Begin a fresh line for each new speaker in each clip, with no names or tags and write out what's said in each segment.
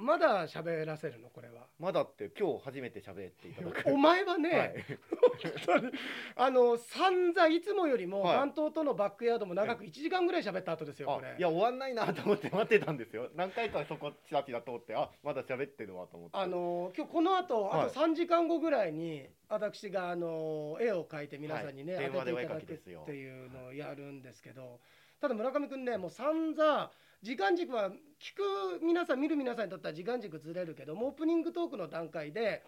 まだ喋らせるのこれは。
まだって今日初めて喋っていただく。
お前はね、
はい、
本当にあの散々いつもよりも
はい
番頭とのバックヤードも長く1時間ぐらい喋った後ですよこ
あ
れ
いや終わんないなと思って待ってたんですよ何回かそこちらちら通ってあまだ喋ってるわと思って
あの今日この後あ
はい
と3時間後ぐらいに私があの絵を描いて皆さんにね、
はい
当ててい
電
ただ
話でお絵描き
くっ
ですよ
ていうのをやるんですけどただ村上君ねもう散々時間軸は聞く皆さん見る皆さんにとっては時間軸ずれるけどもオープニングトークの段階で。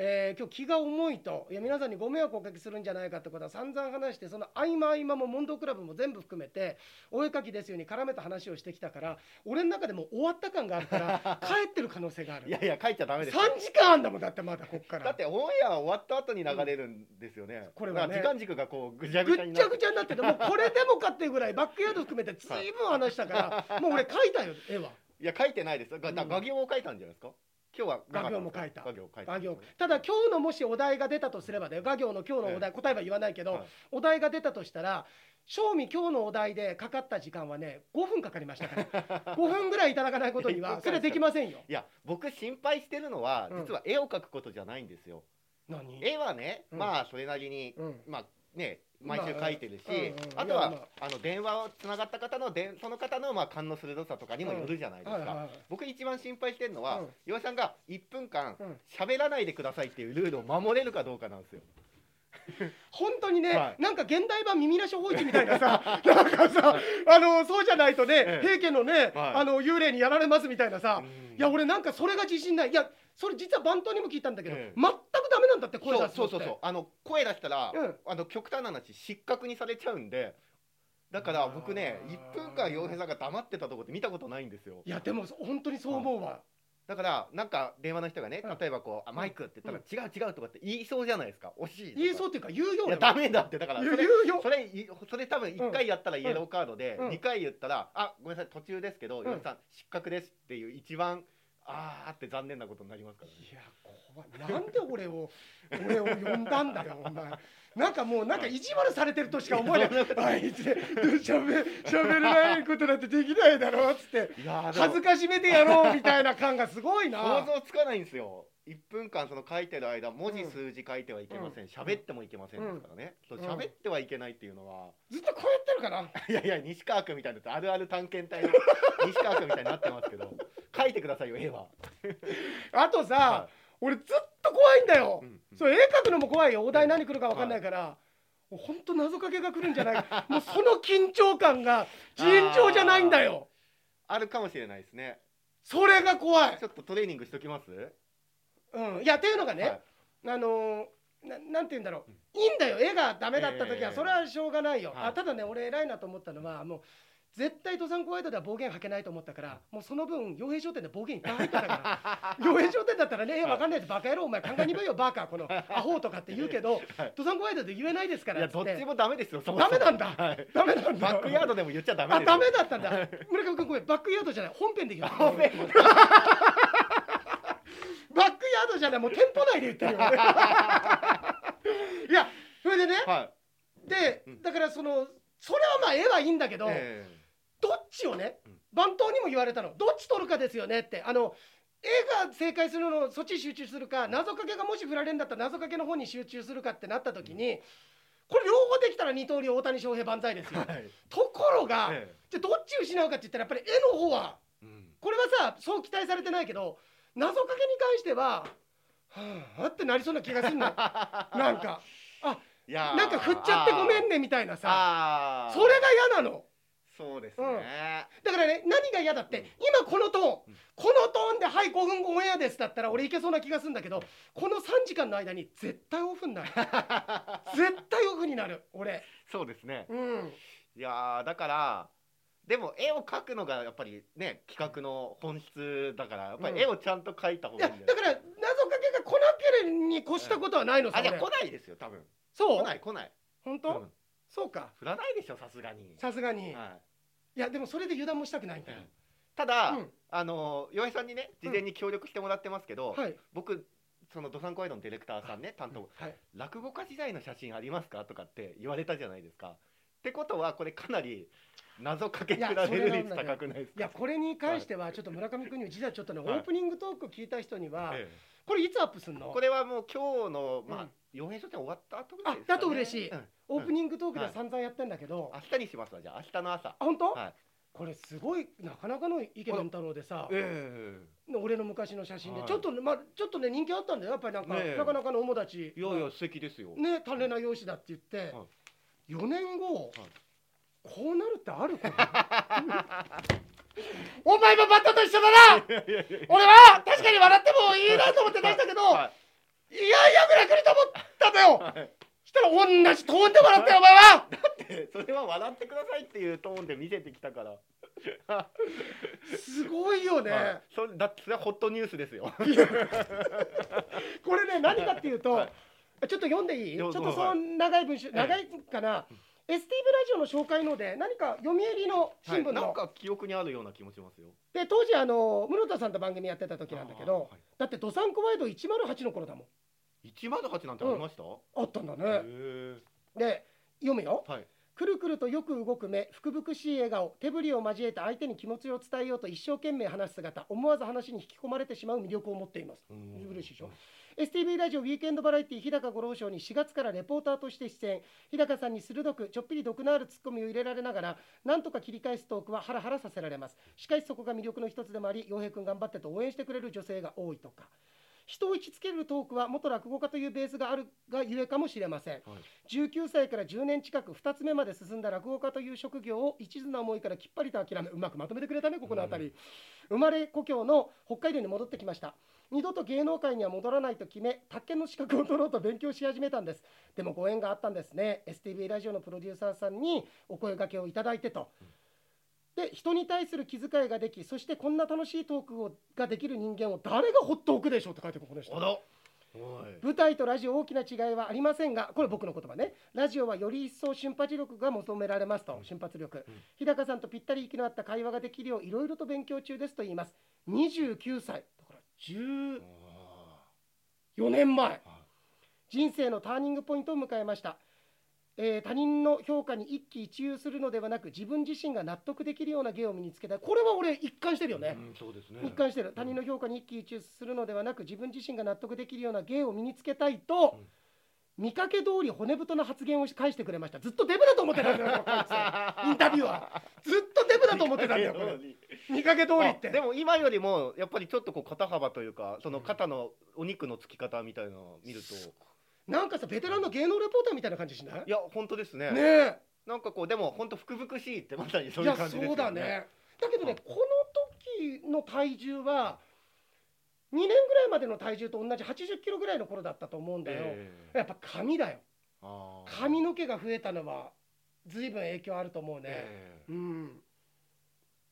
えー今日気が重いといや皆さんにご迷惑をおかけするんじゃないかってことは散々話してその合間合間も問答クラブも全部含めてお絵描きですように絡めた話をしてきたから俺の中でもう終わった感があるから 帰ってる可能性がある
いやいや書いちゃダメですよ
3時間あんだもんだってまだこっから
だってオンエア終わった後に流れるんですよね、
これはね
だから時間軸がこうぐちゃ
ぐっ
ぐちゃに
ち
な
ゃ
って
ぐちゃになっててもうこれでもかっていうぐらいバックヤード含めてずいぶん話した からもう俺描いたよ絵はい
や書いてないですがだ
うん
画業を書いたんじゃないですか今日はなかったんですか
画業も書いた
画業を書いた
画行ただ今日のもしお題が出たとすればだよ画行の今日のお題答えは言わないけど
はい
お題が出たとしたら正味今日のお題でかかった時間はね5分かかりましたから5 分ぐらいいただ かないことにはそれはできませんよ
いや僕心配してるのは
うん
実は絵を描くことじゃないんですよ、
何
絵はね、
うん
まあそれなりに
うん
まあね毎週書いてるし、
まあうんうんうん
あと
いや
はあの電話をつながった方のでその方のまあ勘の鋭さとかにもよるじゃないです
は
か、
いはいはい
僕一番心配してるのは、
うん
岩井さんが1分間
うん
喋らないでくださいっていうルールを守れるかどうかなんですよ。
本当にね、
は
なんか現代版耳なし法一みたいな さなんかさあのそうじゃないとね、
ええ
平家のね、
はい
あの幽霊にやられますみたいなさ、
うん
いや俺なんかそれが自信ないいやそれ実は番頭にも聞いたんだけど、
ええ
全くダメなんだって声出
そ
すの
う
って
そうそうそうあの声出したら、
うん
あの極端な話失格にされちゃうんでだから僕ね
あー
1分間洋平さんが黙ってたとこって見たことないんですよ
いやでも本当にそう思うわ、
だからなんか電話の人がね
うん
例えばこう「あマイク」って言ったら「違う違う」とかって言いそうじゃないですか惜しいとか
言いそうっていうか言うよ
い
俺
や
も
ダメだってだからそ
言う
れ
言うよ
それいそれ多分1回やったらイエローカードで、
うん
2回言ったら「あごめんなさい途中ですけど
ん
岩井さん失格です」っていう一番あーって残念なことになりますからね
いや怖いなんで俺を俺を呼んだんだよお前なんかもうなんか意地悪されてるとしか思えない
いやそんなこと
あいつしゃべれないことなんてできないだろっつって
いやーでも
恥ずかしめてやろうみたいな感がすごい
想
な
像つかないんですよ1分間その書いてる間文字数字書いてはいけません
うん
喋、ってもいけませんですからね、
ん
そう喋ってはいけないっていうのは、
ずっとこうやってるかない
やいや西川君みたいなあるある探 検隊の西川君みたいになってますけど書いてくださいよ絵は、
あとさ、
は
俺ずっと怖いんだよ、
うんうん
それ絵描くのも怖いよお題何来るか分かんないから、もうほんと謎かけが来るんじゃないかもうその緊張感が尋常じゃないんだよ
あるかもしれないですね
それが怖い
ち、ょっとトレーニングしときます
うん、いやっていうのがね、
はい
あのーななんて言うんだろういいんだよ絵がダメだった時は
ええ
それはしょうがないよ、
はい
あただね俺偉いなと思ったのはもう絶対登山ホワイトでは暴言吐けないと思ったからもうその分傭兵商店で暴言いっぱい入った から傭兵商店だったらね絵わかんないでバカ野郎お前考えにぶいよバカこのアホとかって言うけど、登山ホワイトで言えないですか
い
ら
や
っつ
ど
っ
ってちもダメですよそもそ
ダ
も
メなんだ、
はい
ダメなんだ
バックヤードでも言っちゃダメ
あ
です
ダメだったんだ村上君ごめんバックヤードじゃない本編で言う
ごめん
バックヤードじゃないもう店舗内で言って るよいやそれでね、
はい
で
うん
だからそのそれはまあ絵はいいんだけど、
え
どっちをね
うん
番頭にも言われたのどっち取るかですよねってあの絵が正解するのをそっちに集中するか謎かけがもし振られるんだったら謎かけの方に集中するかってなった時に、これ両方できたら二刀流大谷翔平万歳です
え
よ、
はい
ところが、
え
じゃあどっち失うかって言ったらやっぱり絵の方は
えうん
これはさそう期待されてないけど謎かけに関してははあってなりそうな気がするの なんかあ
いやー
なんか振っちゃってごめんねみたいなさ
あーあー
それが嫌なの
そうですね、
うんだからね何が嫌だって、
うん
今このトーンこ
うん
のトーンで「はい5分後オンエアです」だったら俺いけそうな気がするんだけどこの3時間の間に絶対オフにな る絶対オフになる俺
そうですね
うん
いやーだからでも絵を描くのがやっぱりね企画の本質だからやっぱ
うん
り絵をちゃんと描いた方
い
が
や
いいんじゃ
だから謎かけが来なければに越したことはないの
ない、
そ
あじゃあ
れ
来ないですよ多分
そ
来
う
ない来ない、
本
う
当、
ん
そうか
振らないでしょさすがに、
さすがに、い、
は
やでもそれで油断もしたくない
い
んだよ、
ただ、
うん
あの岩井さんにね事前に協力してもらってますけど、
はい
僕そのドサンコワイドのディレクターさんね担当、
はい
落語家時代の写真ありますかとかって言われたじゃないですかってことはこれかなり謎かけ比べる率高くないです
い
か
やこれに関してはちょっと村上君にも実はちょっとね、
はい
オープニングトーク聞いた人には、
え
これいつアップすん
え
の
これはもう今日のま
う
あ
ん
洋平書店終わった後ぐらいです
あだと嬉しい
うん
オープニングトーク
は
で
い
散々やってんだけど、
明日にしますわじゃあ明日の朝
あ本当、
はい
これすごいなかなかの池田太郎でさ
え
俺の昔の写真で、
はい
ちょっとねまあちょっとね人気あったんだよやっぱりなんか、
ねえ
なかなかのお友達
えいやいや素敵ですよ
ね単麗な容姿だって言って、
は
4年後、
はい
こうなるってあるか
お前もバッタと一緒だな俺は確かに笑ってもいいなと思って出したけど
いやいやぐらい来ると思ったんだよしたら同じトーンで笑ったよお前は
それは笑ってくださいっていうトーンで見せてきたから
すごいよね、
はいそれだってそれはホットニュースですよ
これね何かっていうと、
はい
ちょっと読んでいいち
ど
ょ
う
っ
ぞ
とその長い文集、
い
長いかな、STV ラジオの紹介ので何か読売の新聞
はいな
の、
んか記憶にあるような気もしますよ
で当時あの室田さんと番組やってた時なんだけど、
あーはい
だって「どさんこワイド108」の頃だもん
108なんてありました、
あったんだね、
へえ
で読むよ、
はい
くるくるとよく動く目福々しい笑顔手振りを交えて相手に気持ちを伝えようと一生懸命話す姿思わず話に引き込まれてしまう魅力を持っています
うん
嬉しいでしょ STV ラジオウィークエンドバラエティ日高五郎賞に4月からレポーターとして出演日高さんに鋭くちょっぴり毒のあるツッコミを入れられながらなんとか切り返すトークはハラハラさせられますしかしそこが魅力の一つでもあり洋平くん頑張ってと応援してくれる女性が多いとか人を引きつけるトークは元落語家というベースがあるがゆえかもしれません、
はい
19歳から10年近く2つ目まで進んだ落語家という職業を一途な思いからきっぱりと諦めうまくまとめてくれたねここのあたり、生まれ故郷の北海道に戻ってきました二度と芸能界には戻らないと決め宅建の資格を取ろうと勉強し始めたんですでもご縁があったんですね STV ラジオのプロデューサーさんにお声掛けをいただいてとで人に対する気遣いができそしてこんな楽しいトークをができる人間を誰がほっとおくでしょうって書いてここでした
あらおい
舞台とラジオ大きな違いはありませんがこれ僕の言葉ねラジオはより一層瞬発力が求められますと瞬発力、
うん
日高さんとぴったり息の合った会話ができるよういろいろと勉強中ですと言います29歳だから14年前人生のターニングポイントを迎えました、えー他人の評価に一喜一憂するのではなく自分自身が納得できるような芸を身につけたいこれは俺一貫してるよね、
うんそうですね
一貫してる他人の評価に一喜一憂するのではなく自分自身が納得できるような芸を身につけたいと、見かけ通り骨太な発言をし返してくれましたずっとデブだと思ってたんだ よこいつインタビューはずっとデブだと思ってたんだよこれ見かけ通りって
あでも今よりもやっぱりちょっとこう肩幅というかその肩のお肉のつき方みたいなのを見ると
なんかさベテランの芸能レポーターみたいな感じしない
いや本当ですね
ねえ
なんかこうでも本当福々しいってまさにそう
い
いう
や
感じですよね
そうだねだけどね
うん
この時の体重は2年ぐらいまでの体重と同じ8 0キロぐらいの頃だったと思うんだよ、
ええ
やっぱ髪だよ
あー
髪の毛が増えたのは随分影響あると思うね、
ええ
うん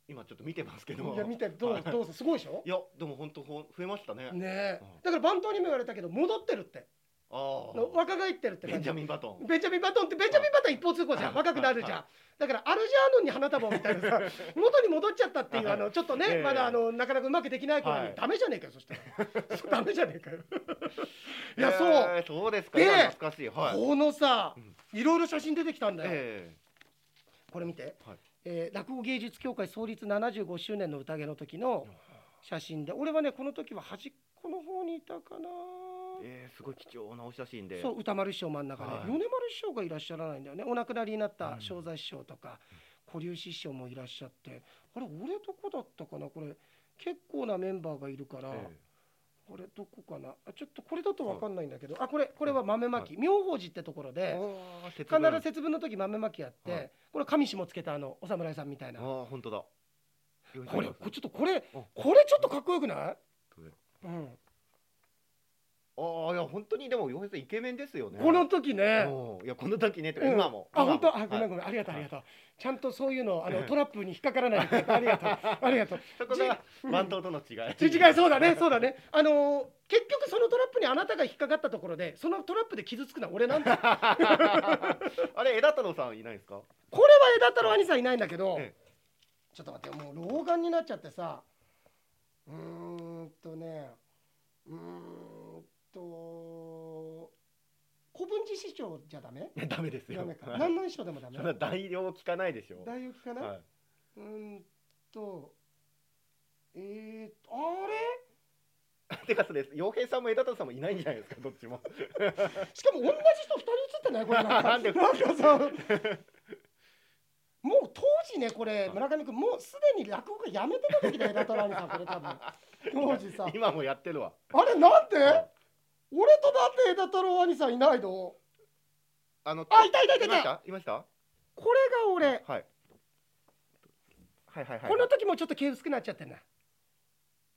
今ちょっと見てますけど
いや見てど
は
う
い
どうぞすごいでしょ
いやでも本当ほん増えましたね
ねえ
うん
だから番頭にも言われたけど戻ってるって
ああ
若返ってるって
ベ
感
ン
じ
ジャミンバトン
ベンジャミンバトンってベンジャミンバトン一方通行じゃん
はい
若くなるじゃんだからアルジャーノンに花束をみたいな さ元に戻っちゃったっていうあのちょっと
え
ね
え
まだあのなかなかうまくできない子
は
に
い
ダメじゃねえかよそした らそうダメじゃねえかよいやそう
ええそうですか
で
今懐かしいはい
このさ
うん
いろいろ写真出てきたんだよ
え
これ見て、
はい
えー落語芸術協会創立75周年の宴の時の写真で俺はねこの時は端っこの方にいたかな、
えええすごい貴重なお写真で
そう歌丸師匠真ん中で、
はい
米丸師匠がいらっしゃらないんだよねお亡くなりになった正座師匠とか、小柳師匠もいらっしゃってあれ俺どこだったかなこれ結構なメンバーがいるから、
ええ
これどこかなあちょっとこれだと分かんないんだけど、あこれこれは豆まき、妙法寺ってところで
ああ節
必
分
ず節分の時豆まきやって、
はい
これ神師もつけたあのお侍さんみたいな
ああ本当だ。
これ、これちょっとこれ、
うん
これちょっとかっこよくない。うん、
ああいや本当にでも洋平さんイケメンですよね。
この時ね。
うんいやこの時ねとか
うん
今も。
あ、
今
本
も
当、あ、ごめ
は
ん、
い
ごめん、ありがとう、あ
は
り
い
がとう。ちゃんとそういうの、あ
う
の、
ん
トラップに引っかからない で。ありがとう、ありがとう。
そこが番頭との違い。
違い、そうだね、そうだね。あのー、結局そのトラップにあなたが引っかかったところで、そのトラップで傷つくのは俺なん だ。
あれ枝太郎さんいないですか。
これは枝太郎兄さんいないんだけど
え。
ちょっと待って、もう老眼になっちゃってさ。うーんとね。うーんと。古文治師匠じゃダメ
ダメです
ダ
よ
メか
はい
何の師匠でもダメ
そんな代用聞かないでしょ
大雪かな、
はいう
ーんとえー、とあ
てかそれ洋平さんも枝田さんもいないんじゃないですかどっちも
れしかも同じ人2人映ってないこれなんか
なんで
なんかさもう当時ねこれ
い
村上君もうすでに落語家やめてた時だよだったらさんこれ 多分当時さ
今もやってるわ
あれなんで
はい
俺とだって枝太郎兄さんいないの
あの
あいたいたいたい
いましたたいました
これが俺、
はいはいはいはい
この時もちょっと毛薄くなっちゃってんな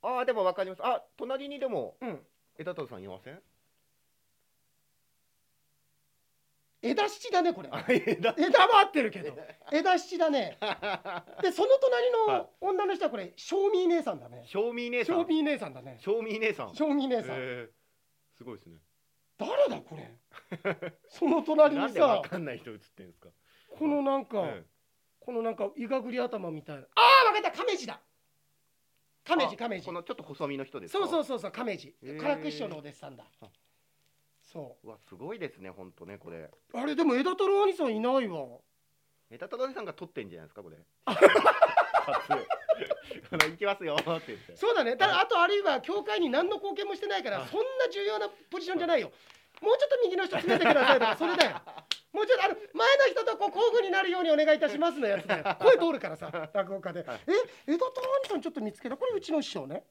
ああでもわかりますあ隣にでも
うん
枝田さんいません
枝七だねこれ
あ枝
枝は合ってるけ ど枝七だねでその隣
はい
の女の人はこれ正味姉さんだね
正味姉さ
正
ん
味姉さんだね
正味姉さん
正味姉さん、
えーすごいですね
誰だこれその隣
な
に
んでわ
さ
かんない人映ってんですか
このなんか、
え
このなんかいがぐり頭みたいなああ分かった亀治だ
え
亀治
あ
亀治
このちょっと細身の人ですか
そうそううそうそう亀治
へー
唐木師匠のお弟子さんだ
あ
そう
わすごいですね本当ねこれ
うあれでも枝太郎兄さんいないわ
枝田さんが撮ってんじゃないですか これ撮影あの行きますよって言って
そうだねただ
は
あとあるいは教会に何の貢献もしてないから
はい
そんな重要なポジションじゃないよもうちょっと右の人詰めてくださいとかそれだよもうちょっとあの前の人とこう交互になるようにお願いいたしますのやつだよ声通るからさ落語家で、
はい
え江戸と兄さんちょっと見つけたこれうちの師匠ね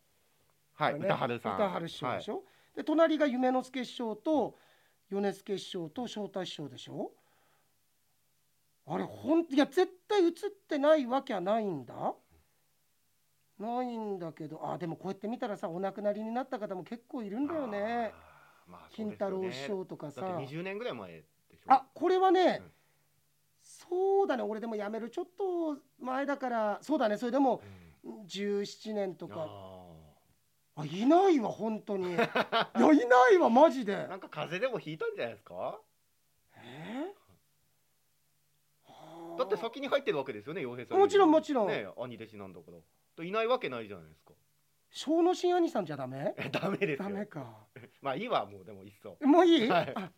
はい、
ね
歌春さん
歌春師匠
は
で
い
しょ、で隣が夢之助師匠と米助師匠と正太師匠でしょあれほんいや絶対映ってないわけはないんだないんだけどあでもこうやって見たらさお亡くなりになった方も結構いるんだよね
あー。まあそ
金
うですよ
太
ね
郎師匠とか
だっ
さ
て20年ぐらい前でしょ。
あこれはね、
うん
そうだね俺でもやめるちょっと前だからそうだねそれでも
うん
17年とか
あ
あいないわ本当にいやいないわマジで
ーなんか風邪でもひいたんじゃないですか。
え
だって先に入ってるわけですよね、洋平さん。
もちろんもちろん
ね、兄弟子なんだから。といないわけないじゃないですか。
小野真兄さんじゃダメ
え ダメです
ダ
よ
メ。か
まあいいわもうでもいっそ。
もういい、
はい
あ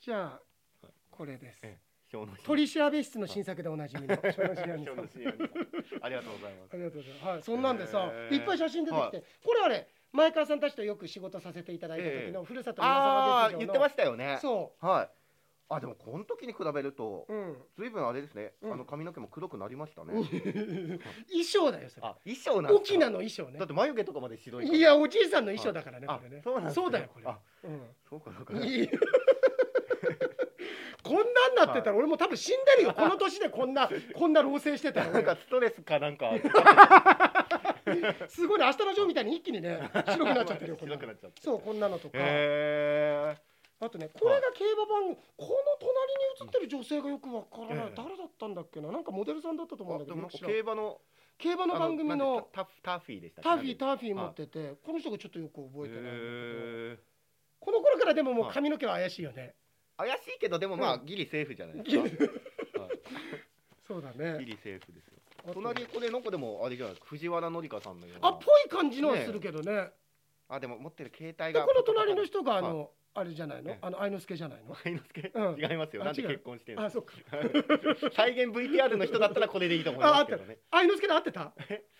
じゃあこれです
え小野
取り調べ室の新作でおなじみの小野真
小
兄さん
野真也さんありがとうございます
あ。りがとうございます、はい、そんなんでさ、
えー
いっぱい写真出てきて、これはね前川さんたちとよく仕事させていただいた時のふるさと宮
あ
沢
あ
劇
言っ
場
て
の
ましたよね。
そ
はい。あでもこの時に比べると
う、うん、
随分あれですね。
うん
あの髪の毛も黒くなりましたね。
衣装だよそれ
あ衣装なんですか
沖縄の衣装ね
だって眉毛とかまで白いから
いやおじいさんの衣装だからねこれね
あそうなんですね
だよこれ
あ
うん
そうかそうか
いいこんなんなってたら俺もう多分死んでるよこの年でこんなこんな老成してた ら
なんか
俺
ストレスかな んか
すごいね明日のジョーみたいに一気にね白くなっちゃってるよこんな
白
の
くなっちゃって
そうこんなのとか、
へ
あとねこれが競馬番組この隣に映ってる女性がよくわからない、
ええ
誰だったんだっけななんかモデルさんだったと
え
思うんだ
ー、
け
で
どよ
もなん
く
か
知らん
競馬の
競馬の番組
あなん
の
でタタフターフィーでしたっけ
ターフィータ
なん
ー
で
フィー持っててこの人がちょっとよく覚えてないんだけど
へー
この頃からでももう髪の毛は怪しいよね、
怪しいけどでもまあ、
う
ギリセーフじゃないですか、は
そうだ
い、
ね
ギリセーフで すよ
あと
隣これの子でもあれじゃないですか藤原紀香さんのよう
あ
な
っぽい感じのはするけどね
あでも持ってる携
で
帯が
この隣の人があ
はい
の、あれじゃないの
ええ
あの愛之助じゃないの
愛之助、
うん
違いますよ
あ
なんで
違う
結婚 してん
あ
の
そっか
再現 VTR の人だったらこれでいいと思いますけどね
愛之助で合ってた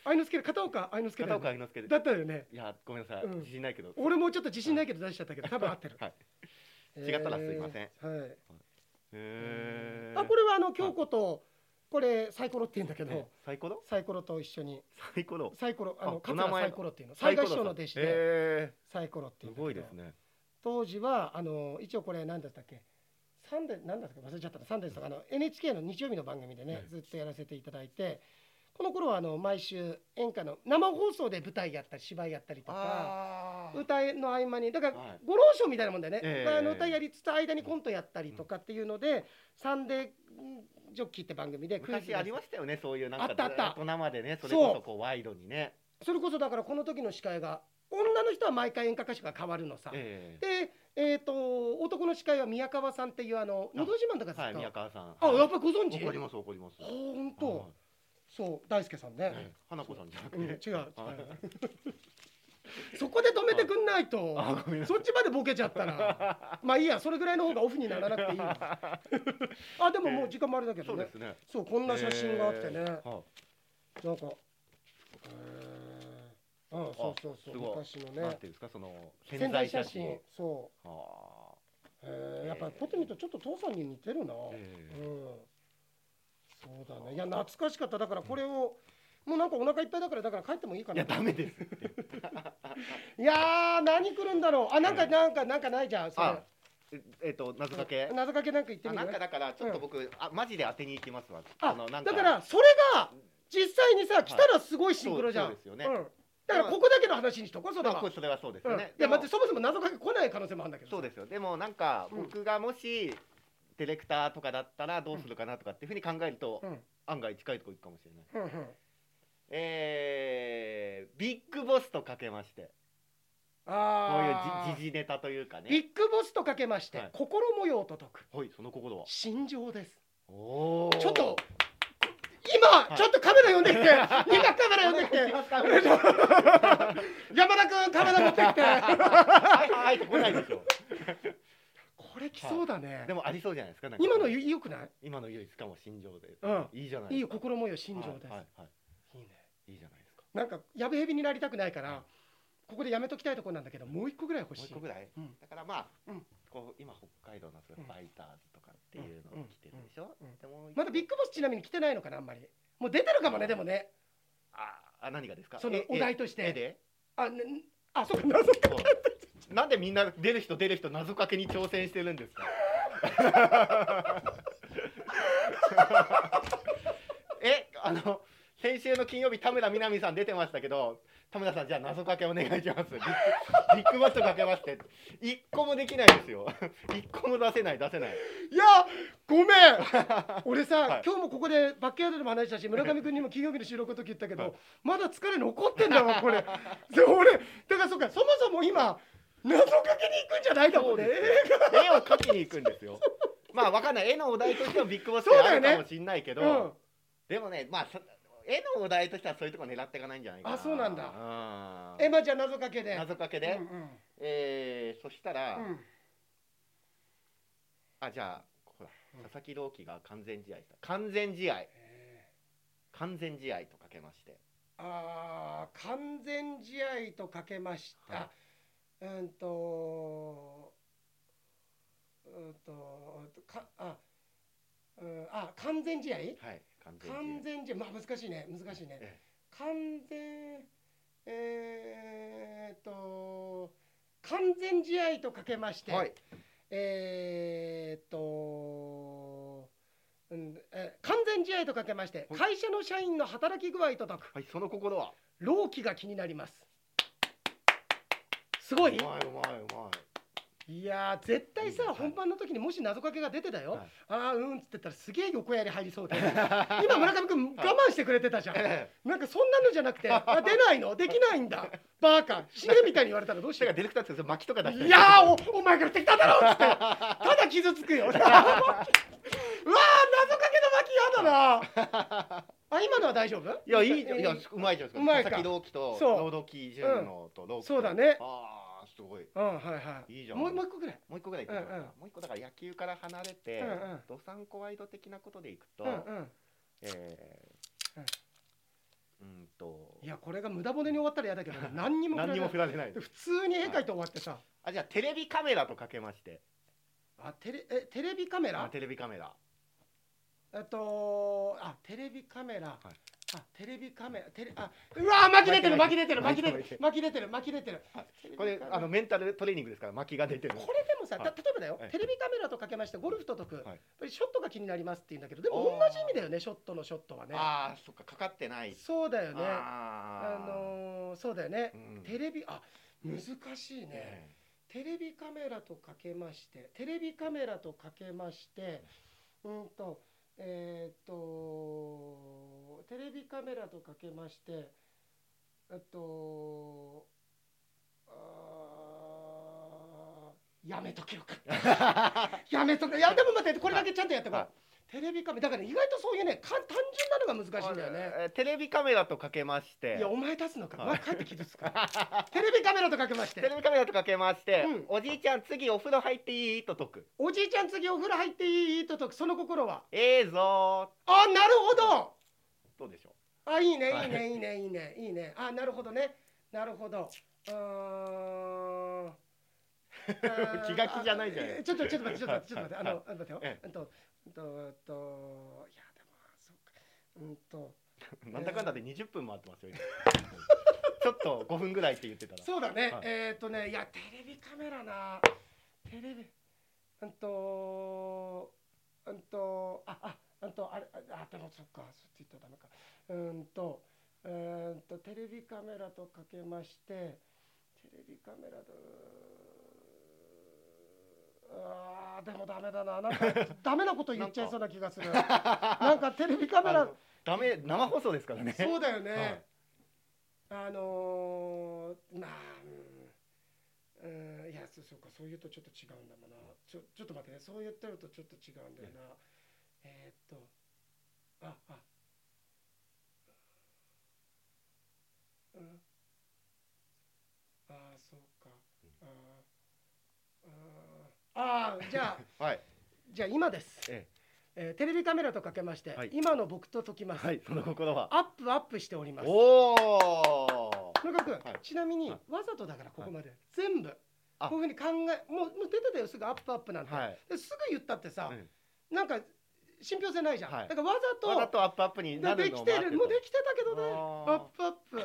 愛之助で片岡愛之助だ
片
よね
岡愛之助で
だったよね
いやごめんなさい、
うん
自信ないけど、
俺もちょっと自信ないけど出しちゃったけど多分合ってる
はい違ったらすいません
えーはい
へー
あこれはあの京子とこれサイコロって言うんだけ
え
ど
サイコロ
サイコロと一緒に
サイコロ
サイコロあの
あ
桂
お名前
サイコロっていうの最賀師匠の弟子で
え
サイコロって
ー、
いうんだ
す
けど
ごいですね
当時はあの一応これ何だったっけサンデー何だったっけ忘れちゃったなサンデーとかあの NHK の日曜日の番組でね
うん
ずっとやらせていただいてこの頃はあの毎週演歌の生放送で舞台やったり芝居やったりとか
あー
歌の合間にだから
はい
ご老少みたいなもんだよね、
ええ
まああの歌やりつつ間にコントやったりとかっていうので「サンデージョッキー」って番組でクイズ
昔ありましたよねそういうなんか
あったあった
ずと生でねそれこそこうワイドにね
それこそだからこの時の司会が女の人は毎回演歌歌手が変わるのさ。
え
で、えー、と男の司会は宮川さんっていうあの「
あ
のど自慢」とかず
え
っと、
はい宮川さん
あ、やっ
ぱ
ぱりご存知。
怒ります怒ります
あ本
は
当。そう、大輔さん
いね
ね。
花子さんじゃなく
うん、違う
て
違う
はい。
そこで止めてくんないと
あごめんなさい
そっちまでボケちゃった なまあいいやそれぐらいの方がオフにならなくていいよあでももう時間もあれだけ
そ
ど
う
ね
ですね。
そうこんな写真があってね、
えーは
なんかへえうんそうそうそ
す
う
ごい
昔の
いなん
ね
ていうんですかその
潜
潜
在
在
写
写
真
真。
そ
は
うへえやっぱりポテミとちょっと父さんに似てるな、
あ。
う
え
んそうだねいや懐かしかっただからこれを、もうなんかお腹いっぱいだからだから帰ってもいいか
ー
な
いや
いや
ダメです。
ー何来るんだろうあなんか
ええ
なんかなんかないじゃんそれ
あええっと謎かけ。
謎かけなんか言って
あ
みる
なんかだからちょっと僕あマジで当てに行きますわ。
あ
あのなん
だからそれが実際にさ来たらすごいシンクロじゃん、
そうそうですよね
んだからここだけの話にしとこうそれ
まあ
は、
これそれはそうです
うん
よ
い
ね。で
や
も
待ってそもそも謎かけ来ない可能性もあるんだけど
そうですよ。でもなんか僕がもしディレクターとかだったらどうするかなとかっていうふうに考えると
うん
案外近いとこ行くかもしれない。
うんうん
えー、ビッグボスとかけましてこういう
ああ
じ時事ネタというか
ビッ
ね
グボスとかけまして、
はい
心模様と解く
はいその心は
心情です
おー
ちょっ と今、
い
ちょっとカメラ呼んでき て、みんなカメラ呼んできて、山田君、カメラ持ってきて、
はいはいって来ないでしょ
これ来そうだね、
でもありそうじゃないですかなんか
今のよよくない
今のよりしかも心情で、
うん
いいじゃない
いい
で
よ、
すか
心模様、心情です、
はいはいはい
いいね、
いいじゃないですか
なんか、やべへびになりたくないから
は、
ここでやめときたいところなんだけど、もう一個ぐらい欲
も
し
う一
い
個。ぐらい
うん
だからまあ、
うん
こう今北海道のファイターズとかっていうのが来てるでしょ、
うんうんうん
でも
まだビッグボス、ちなみに来てないのかな、あんまり。もう出てるかもね、でもね、
ああ何がですか
その
え
お題とし
え絵
て。
で
あ、ねあ、そうか、謎か
そうなんでみんな出る人出る人謎かけに挑戦してるんですか えあの先週の金曜日田村みなみさん出てましたけど田村さんじゃあ謎かけお願いしますビッグビッグバストかけますって一個もできないですよ一個も出せない出せない
いや、ごめん。俺さ、
はい
今日もここでバックヤードでも話したし、村上君にも金曜日の収録の時言ったけど、
はい
まだ疲れ残ってんだわ、こ れ。で、俺、だからそうか、そもそも今、謎かけに行くんじゃないかもね。
絵を描きに行くんですよ まあわかんない絵のお題としてはビッグバストあるかもしんないけど、
うん、
でもね、まあ、そ絵のお題としてはそういうところ狙っていかないんじゃないかな。
あそうなんだ
うん
え、まあじゃあ謎かけで。
謎かけで、
うんうん
えーそしたら、
うん
あ、じゃあ、ほら
うん、
佐々木朗希が完全試合した。完全試合、完全試合とかけまして。
あー完全試合とかけました。
は
うんと、うんと、かあ、うん、あ、完全試合
はい、完全試合。
完全じゃまあ難しいね難しいね
え
完全えー、っと完全試合とかけまして、
はい、
えー、っと、うん、え完全試合とかけまして、
はい
会社の社員の働き具合と解く
はい、その心は。
労基が気になりますすごいう
まい、うまい、う ま
いやー絶対さ、
うんはい
本番の時にもし謎かけが出てたよ、
はい
ああうんっつってたらすげえ横やり入り そうで
い。
今村上君我慢してくれてたじゃん
え
なんかそんなのじゃなく て、あ出ないの、できないんだ、バーカ、死ねみたいに言われたらどう
え
し
だから
て。
ディレクターってその巻きとか出して
いやーおお前から敵だだろっつっ てただ傷つくようわー謎かけの巻きやだな あ今のは大丈夫
いや、いいじゃん、いや
えー、
うまいじゃないうで
ますい
か。
か
佐々木朗希と、
そう
朗希純のと朗希と。
そうだね
ああ、すごい。
うんはいはい
いいじゃん
もうもう一個ぐらい
もう一個ぐらい行ってみま
うん
す
うん
か、もう一個だから野球から離れて、
うんうん
ドサンコワイド的なことでいくと、
うんうん
えーうんと
いやこれが無駄骨に終わったら嫌だけど何にも
何にも
触
振
れ
られない
ない普通に絵描いて終わってさ
あじゃあテレビカメラとかけまして
あテレえテレビカメ
あ
ラ
テレビカメラ
えっとあテレビカメラ、あテレビカメラテレあうわー巻き出てる巻き出てる巻き出てる巻き出てる巻き出てる
はい
テレビ
これ
カメラ
あのメンタルトレーニングですから巻きが出てる
これでもさ、た
はい
例えばだよ、
はい
テレビカメラとかけましてゴルフと解く、
い
やっぱりショットが気になりますって言うんだけどでも同
あー
じ意味だよねショットのショットはね
ああそっかかかってない
そうだよねあ
あー
のーそうだよね、
うん
テレビあ難しいね、
え
テレビカメラとかけましてテレビカメラとかけましてうんとえーっとテレビカメラとかけましてえっとあーやめとけよかやめとけいやでも待ってこれだけちゃんとやっても
はい
テレビカメラだから、ね、意外とそういうねか単純なのが難しいんだよ ね。
えーテレビカメラとかけまして
いやお前立つのか、
はい
まあ、帰って傷つく からテレビカメラとかけまし
テ
て
レビカメラとかけまして、
うん
おじいちゃん次お風呂入っていいと解く
おじいちゃん次お風呂入っていいととその心は
ええぞ
あなるほど
ーどうでしょ
あいいね
はい
いいねいいねいいねいいねあなるほどねなるほどうー ん
気が気じゃないじゃない
あえちょっとちょっと待ってちょっと待ってちょっと待ってあ
はい
のあ待ってよ
え
うんとうんとうんといやでもそうかうんと
うなんだかんだで20分回ってますよ今 ちょっと5分ぐらいって言ってたら
そうだね、
はい
えっ、ー、とねいやテレビカメラなテレビうんとうんとああうんとあれああでもそっかそっち行ったらダメかうんとうんとテレビカメラとかけましてテレビカメラとあーでもダメだななんかダメなこと言っちゃいそうな気が するなんかテレビカメ
あ
ラ
のダメ生放送ですからね
そうだよね、
はい
あのー、まあ、うん、うん、いや、そうそうか、そう言うとちょっと違うんだもんな。ちょ、ちょっと待ってね、そう言ってるとちょっと違うんだよな。えー、っと、あ、あ。うん。ああ、そうか。あーあー、あーじゃ あ、
はい
じゃあ今です。
え
えーテレビカメラとかけまして、
はい
今の僕と解きます。
はいその心は
アップアップしております。
おお
村上君、
はい
ちなみに、
はい
わざとだからここまで、全部こ
あ
ういうふうに考えもうもう出てたよすぐアップアップなんて、
はい
ですぐ言ったってさ、
うん
なんか信憑性ないじゃん、
はい
だからわ
わざ
ざと
とアップアップにな
で
る
で
の
き
を
て
待って
るもうできてたけどね
あ
ア
ー
ップアップう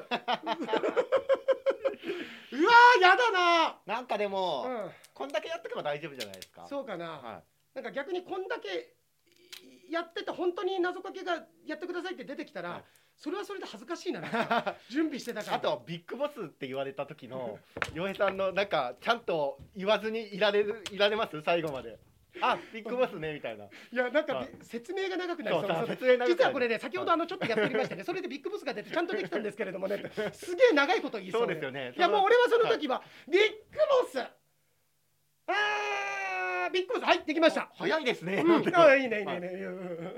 わーやだ
なんかでも、
な、うん、
こんだけやっとけば大丈夫じゃないですか
そうかな、
は
なんか逆にこんだけやってて本当に謎かけがやってくださいって出てきたら、
はい
それはそれで恥ずかしい ななん
い
か 準備してたから
あとビッグボスって言われた時 の洋平さんのなんかちゃんと言わずにいられるいられます最後まであビッグボスねみたいない
やなんか、
はい
説明が長くなり
そ
そうう
さ説明長く
実
な
は
る
これね先ほどあのちょっとやっておりましてねそれでビッグボスが出てちゃんとできたんですけれどもねすげえ長いこと言い
そ
そうう
ですよね
いやもう俺はその
はい
時はビッグボスあービッグボスはいできました
早いですね、
うん、
本当に
あいいねいいねいいね、うんうんうん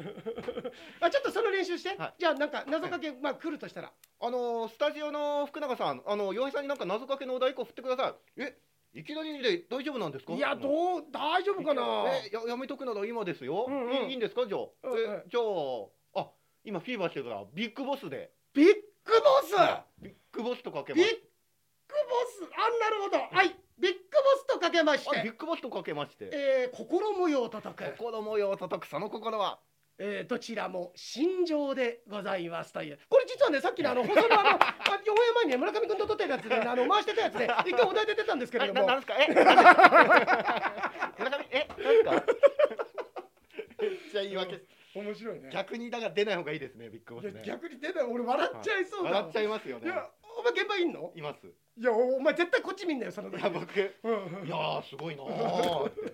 あちょっとその練習して、
はい
じゃあなんか謎かけ、まあ来るとしたら
あのースタジオの福永さんあの洋平さんになんか謎かけのお題1個振ってくださいえいきなりで大丈夫なんですか
いやどう大丈夫かな
えややめとくなら今ですよ、
うんうん
いいいいんですかじゃあ、
うんうん
えじゃああ今フィーバーしてるからビッグボスで
ビッグボス
ビッグボスとかけ
ビ
ま
ッ
す
グボスあなるほどはいビッグボスとかけまし
あビ
て
ッグボスとかけまして
えー、心模様を叩く
心模様を叩くその心は
えーどちらも心情でございますというこれ実はねさっきのあの放送のあのあオンエア前にね村上君と撮ってるやつで、ね、あの回してたや つで一回お題で出たんですけれ
え
ど
な
も
なんです かえなんですか村 上えなんですかめっちゃ言い訳
面白いね
逆にだから出ない方がいいですねビッグボスね
いや逆に出ない俺笑っちゃいそうだ、
笑っちゃいますよ
い
ね
やお前現場いんの
います
いやおお前絶対こっち見んなよその時
いや僕いや
うんうん
ーすごい なーって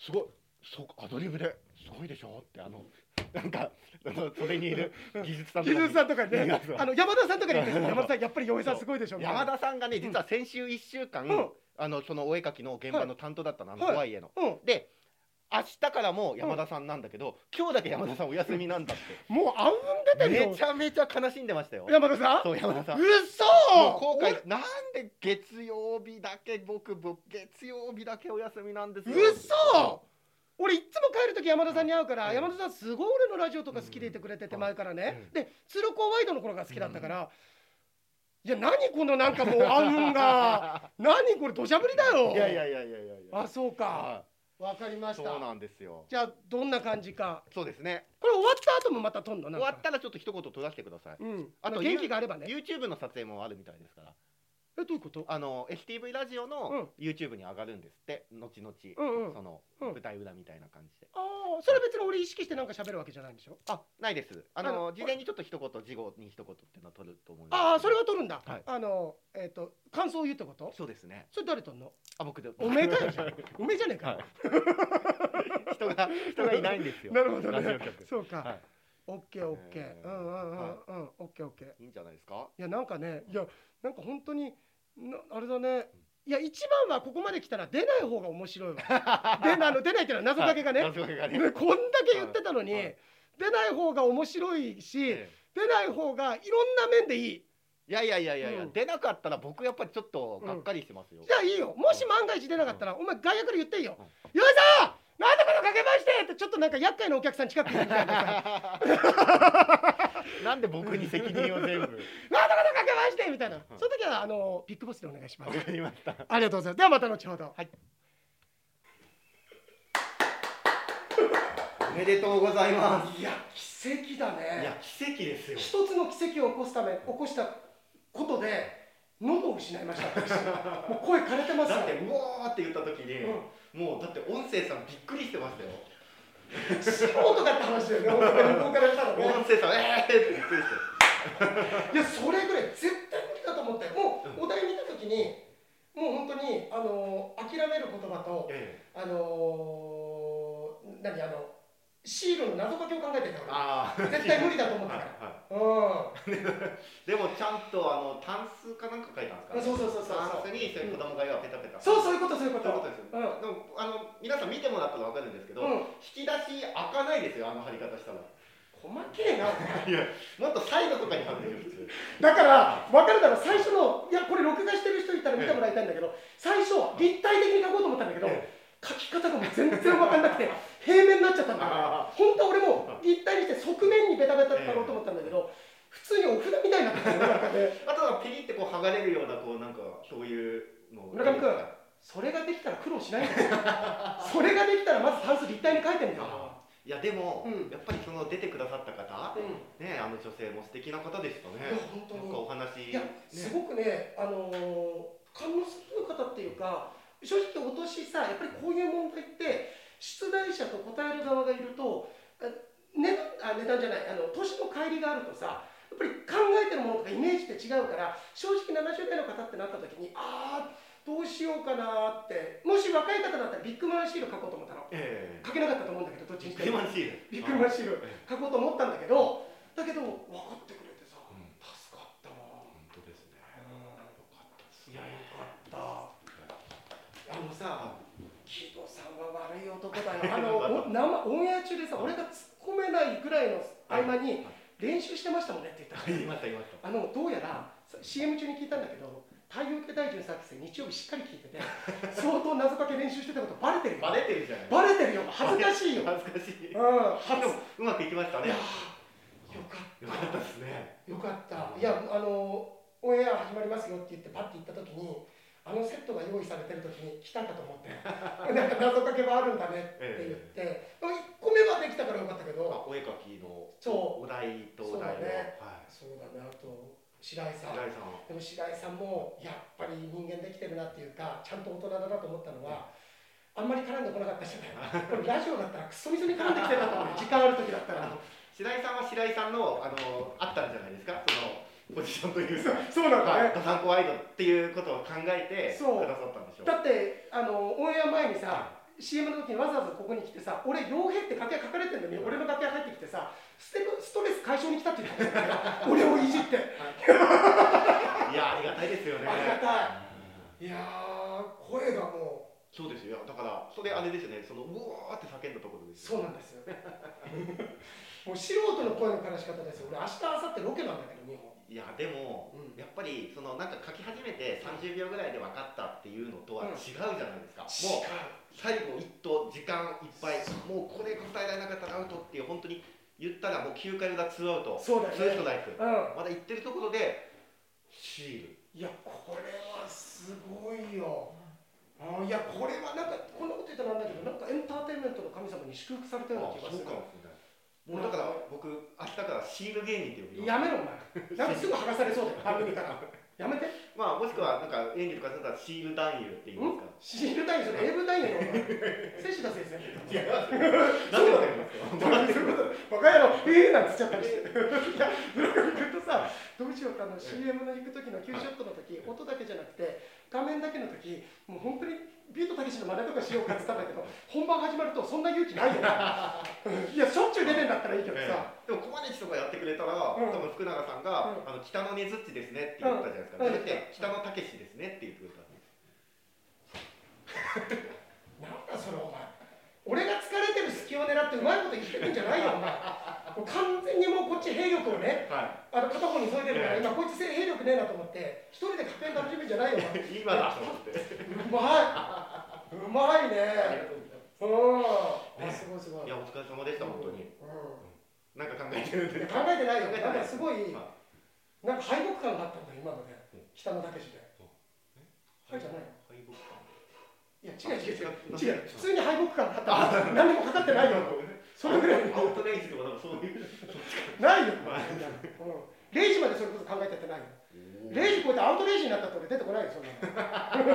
すごいそうアドリブですごいでしょってあのなんかあのそれにいる技術さんと
技
かに
術さんとかに
い
ね
やそう
あの山田さんとかに言って
そう
山田さんやっぱり洋平さんすごいでしょみたいな
山田さんがね実は先週1週間、
うん
あのそのお絵描きの現場の担当だったの、あの
はい
ホワイエの、
うん
で明日からも山田さんなんだけど、今日だけ山田さんお休みなんだっ
もうあうん出
て
てる
め
よ
ちゃめちゃ悲しんでましたよ
山田さん
そう山田さんもう
嘘
後悔なんで月曜日だけ僕僕月曜日だけお休みなんですよ
嘘俺いっつも帰る時山田さんに会うから、
うん
山田さんすごい俺のラジオとか好きでいてくれてて
うん
前からね、
うん
で通路校ワイドの頃が好きだったから、いや何このなんかもうあうん が何これ土砂降りだよ
いやいやいやいやいやいや
あそうか
は
わかりま
い
し
そうな
た
んですよ
じゃあどんな感じか
そうですね
これ終わった後もまた撮んのな
終
んか
わったらちょっと一言取らせてください
うんあ
あと
と元気があればね
YouTube の撮影もあるみたいですから
えどういうこと
あの STV ラジ
う
オの YouTube に上がるんですって、後々、
うんうん
その
うん
舞台裏みたいな感じで、
ああそれは別に俺意識してなんか喋るわけじゃないんでしょ
あないですあの
あの
事前にちょっと一言事後に一言っていうのは取ると思います
ああそれは撮るんだ、
はい
あのえっ、と感想を言うってこと
そうですね
それ誰撮んの
あ僕で
おめえかよじゃんおめえじゃねえか、
はい人が人がいないんですよ
なるほど
ラジオ
ね
局
そうか、
は
オッケーオッケ
え
ー
ー
うんうんうん
は
うんオッケーオッケー
いいいんじゃないですか
いやなんかねいやなんか本当になあれだねいや一番はここまで来たら出ない方が面白いわ であの出ないっていうのは謎かけがね、
はい謎かけがね
でこんだけ言ってたのに、
はいはい
出ない方が面白いし、
え
出ない方がいろんな面でいい
えいやいやいやいやいや、
うん
出なかったら僕やっぱりちょっとがっかりしてますよ、
じゃあいいよもし万が一出なかったら、お前外野から言っていいよ
うん
「よいさんなんでこのかけまして!」ってちょっとなんか厄介なお客さん近くにいるみたい なさ
なんで僕に責任を全
「
部
なんでこのかけまして!」みたいな、
うん
その時はあのビッグボスでお願いしま
わ
す
かりました
ありがとうございますではまた後ほど、
はいおめでとうございま
いや奇跡だ
す
ね
いや奇跡ですよ
一つの奇跡を起こすため起こしたことで喉を失いました私もう声枯れてますよ
だってうわーって言った時に、
う
もうだって音声さんびっくりしてましたよ
素人かって話 だよね本当に向こうからしたらね
音声さんえーってびっくりして
いやそれぐらい絶対無理だと思ってもうお題見た時にもう本当にあの諦める言葉と
ええ
あの何あのシールの謎かけを考えてたから
ああ
絶対無理だと思って
はい
たから
は
うん
い、でもちゃんとあの単数かなんか書いたんですか、ね、
そうそうそうそう
単数にそういう子供が要はペタペタ
そうそういうことそういうこ
そういうこととですよ、でもあの皆さん見てもらったら分かるんですけど、
うん
引き出し開かないですよあの貼り方したら
細けえなお前
いやもっとサイドとかに貼ってる普通
だから分かるだろう最初のいやこれ録画してる人いたら見てもらいたいんだけど最初は立体的に書こうと思ったんだけど
え
書き方がもう全然分かんなくて平面になっちゃったんだ
あ
本当は俺も立体にして側面にベタベタだろうと思ったんだけど普通にお札みたいになってたよなんかね
あとはピリってこう剥がれるようなこうなんかそういうの
村上君 それができたら苦労しないんだよ それができたらまず単数立体に書いてんだよ
あいやでも、
うん
やっぱりその出てくださった方、
うん
ねあの女性も素敵な方でした
い
ね
や本当に
なんかお話
いやすごくね、あのー、感動する方っていうか正直お年さやっぱりこういう問題って出題者と答える側がいるとあ値段あ値段じゃないあの年の乖離があるとさやっぱり考えてるものとかイメージって違うから正直70代の方ってなった時にああどうしようかなーってもし若い方だったらビッグマンシール書こうと思ったの
ええ
書けなかったと思うんだけどどっち
ビ
にし
ッ
て
クリ
も
マンシール
ビッグマンシール
え
書こうと思ったんだけどだけど分かってくれてさ
うん
助かったわ
え。本当ですねよかったです
いやよかったあのさ木戸さんは悪い男だ よあのお生オンエア中でさ俺が突っ込めないぐらいの合間に練習してましたもんねって言った
言いました言いました
あのどうやら CM 中に聞いたんだけど太陽系大臣作戦日曜日しっかり聞い てて相当謎かけ練習してたことバレてるよ
バレてるじゃない
バレてるよ恥ずかしいようん
恥ずかしいでも
恥ず
うまくいきました
い
ね
や
よ
ーよかった
かったですね
よかったいやあのオンエア始まりますよって言ってパッて行った時にあのセットが用意されてる時に来たかと 思ってなんか謎かけはあるんだねって言って、1個目はできたからよかったけ
あ
ど
お絵描きの
そ
お題と
そう
お題の
だね
は
うそうだなあと白井さ
い
ん
平井さん
でも白井さんもやっぱり人間できてるなっていうかちゃんと大人だなと思ったのはあんまり絡んでこなかったじゃない これラジオだったらクソみそに絡んできてたと思うよ時間ある時だったら
白井さんは白井さんのあのあったんじゃないですかそのポジションというか
そうなんだね
ドサンコワイドっていうことを考えて
そう
くださったんでしょう
だってあのオンエア前にさ CM の時にわざわざここに来てさ俺傭兵って楽屋書かれてるのに俺の楽屋入ってきてさステストレス解消に来たって言ったんだ から俺をいじって
いやありがたいですよね
ありがた
うん
いいやー声がも
そうですよいやだからそれあれですよねそのうわーって叫んだところで
う
す
そうなんですよ もう素人の声の枯らし方ですよ俺明日明後日ロケなんだけど日本
いやでも、
うん
やっぱりそのなんか書き始めて30秒ぐらいで分かったっていうのとは
うん
違うじゃないですか、
う
もう最後一投時間いっぱいもうこれ答えられなかったらアウトっていう本当に言ったらもう9回裏2アウト
そうだ
ツース
よ
ト
ね
ライク
うん
まだ言ってるところでシー
い
ル
やこれはすごいよ、あーいやこれはなんかこんなこと言ったらなんだけどなんかエンターテインメントの神様に祝福されたような気がする
もうだから僕明日からシール芸人って呼び
や
ま
めろお前なんかすぐ剥がされそうだよ番組からやめて
すまあもしくはなんか演技とかだったらシール男優って言いますか
シール単位それ英文単位だろお前摂取だ先生
違いますよ
そうい
なんでわかりますか
うことバカ野郎ええなんつっちゃったりしていや村上君とさどうしようかあの CM の行く時の Q ショットの時音だけじゃなくて画面だけの時もう本当にビートたけしの真似とかしようかって言ったんだけど本番始まるとそんな勇気ないよねいやしょっちゅう出てんだったらいいけど
え
さ、
えでもコマネチとかやってくれたら、
ん
多分福永さんが、あの北の根ずっちですねって言ったじゃないですか、
うん
だって北のたけしですねって言ってくれたんですは
あの片方に添えてるから
ええ
今こいつ兵力ねえなと思って一人で勝手に楽しむんじゃないよお前
い。今だと思って。
うまいうまいねうんあ
ね
すごいすごい
いや、お疲れ様でした、本当に。
うん
なんか考えてるん
いや
で。
考えてないよ
考えて
な
なんい
かすごい
まあ
なんか敗北感があったんだよ今のね
うん
北野武ではいじゃない
敗北
いや違う違う違う
違う
違う普通に敗北感があったんだよ何にもかかってないよそれぐらい
アウトレイジとか、なんかそう いう。
ないよ
はい
うん0時までそれこそ考えてやってないよ0時超えてアウトレイジになったって俺出てこないよそん なの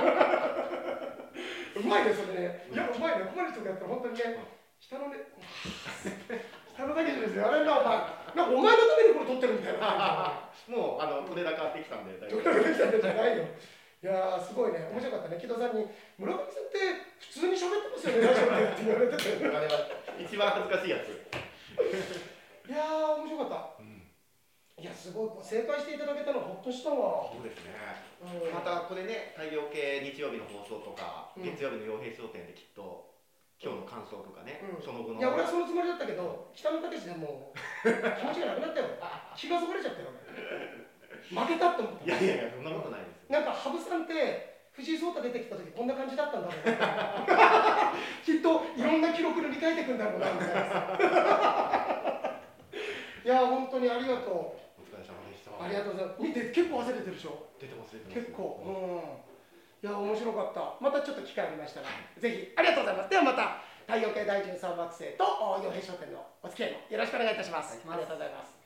うまいねそれねいやうまいねここまでとかやったら本当にね下のね下のだけじゃないですよあれなお前なんかお前のためにこれ撮ってるみたいな
もう、あの、トレーダー変わってきたんで、大丈
独
夫。
特できたんじゃないよいやーすごいね面白かったね木戸さんに「村上さんって普通に喋ってますよねラジオで」って言われてて
あれは一番恥ずかしいやつ。
いやー面白かっ
うん。
たいやすごいこう正解していただけたのほっとしたわ、
そうですね。
うん
また、これね、太陽系日曜日の放送とか、
うん
月曜日の傭兵商店できっと。今日の感想とかね、
うん
その後の。
いや俺はそのつもりだったけど北野武でもう気持ちがなくなったよ気がそがれちゃったよ俺負けたって思っ
い
た
やいやいや、そんなことないです。
なんか羽生さんって藤井聡太出てきた時こんな感じだったんだろうな きっといろんな記録塗り替えてくんだろうなみたいなさいや本当にありがとう
お疲れ様でした。
ありがとうございます見て結構忘れてるでしょ
出てます、出てます。
結構うんいや面白かったまたちょっと機会ありましたら、ぜひありがとうございますではまた太陽系大臣三惑星とお傭兵商店のお付き合いもよろしくお願いいたします、ありがとうございます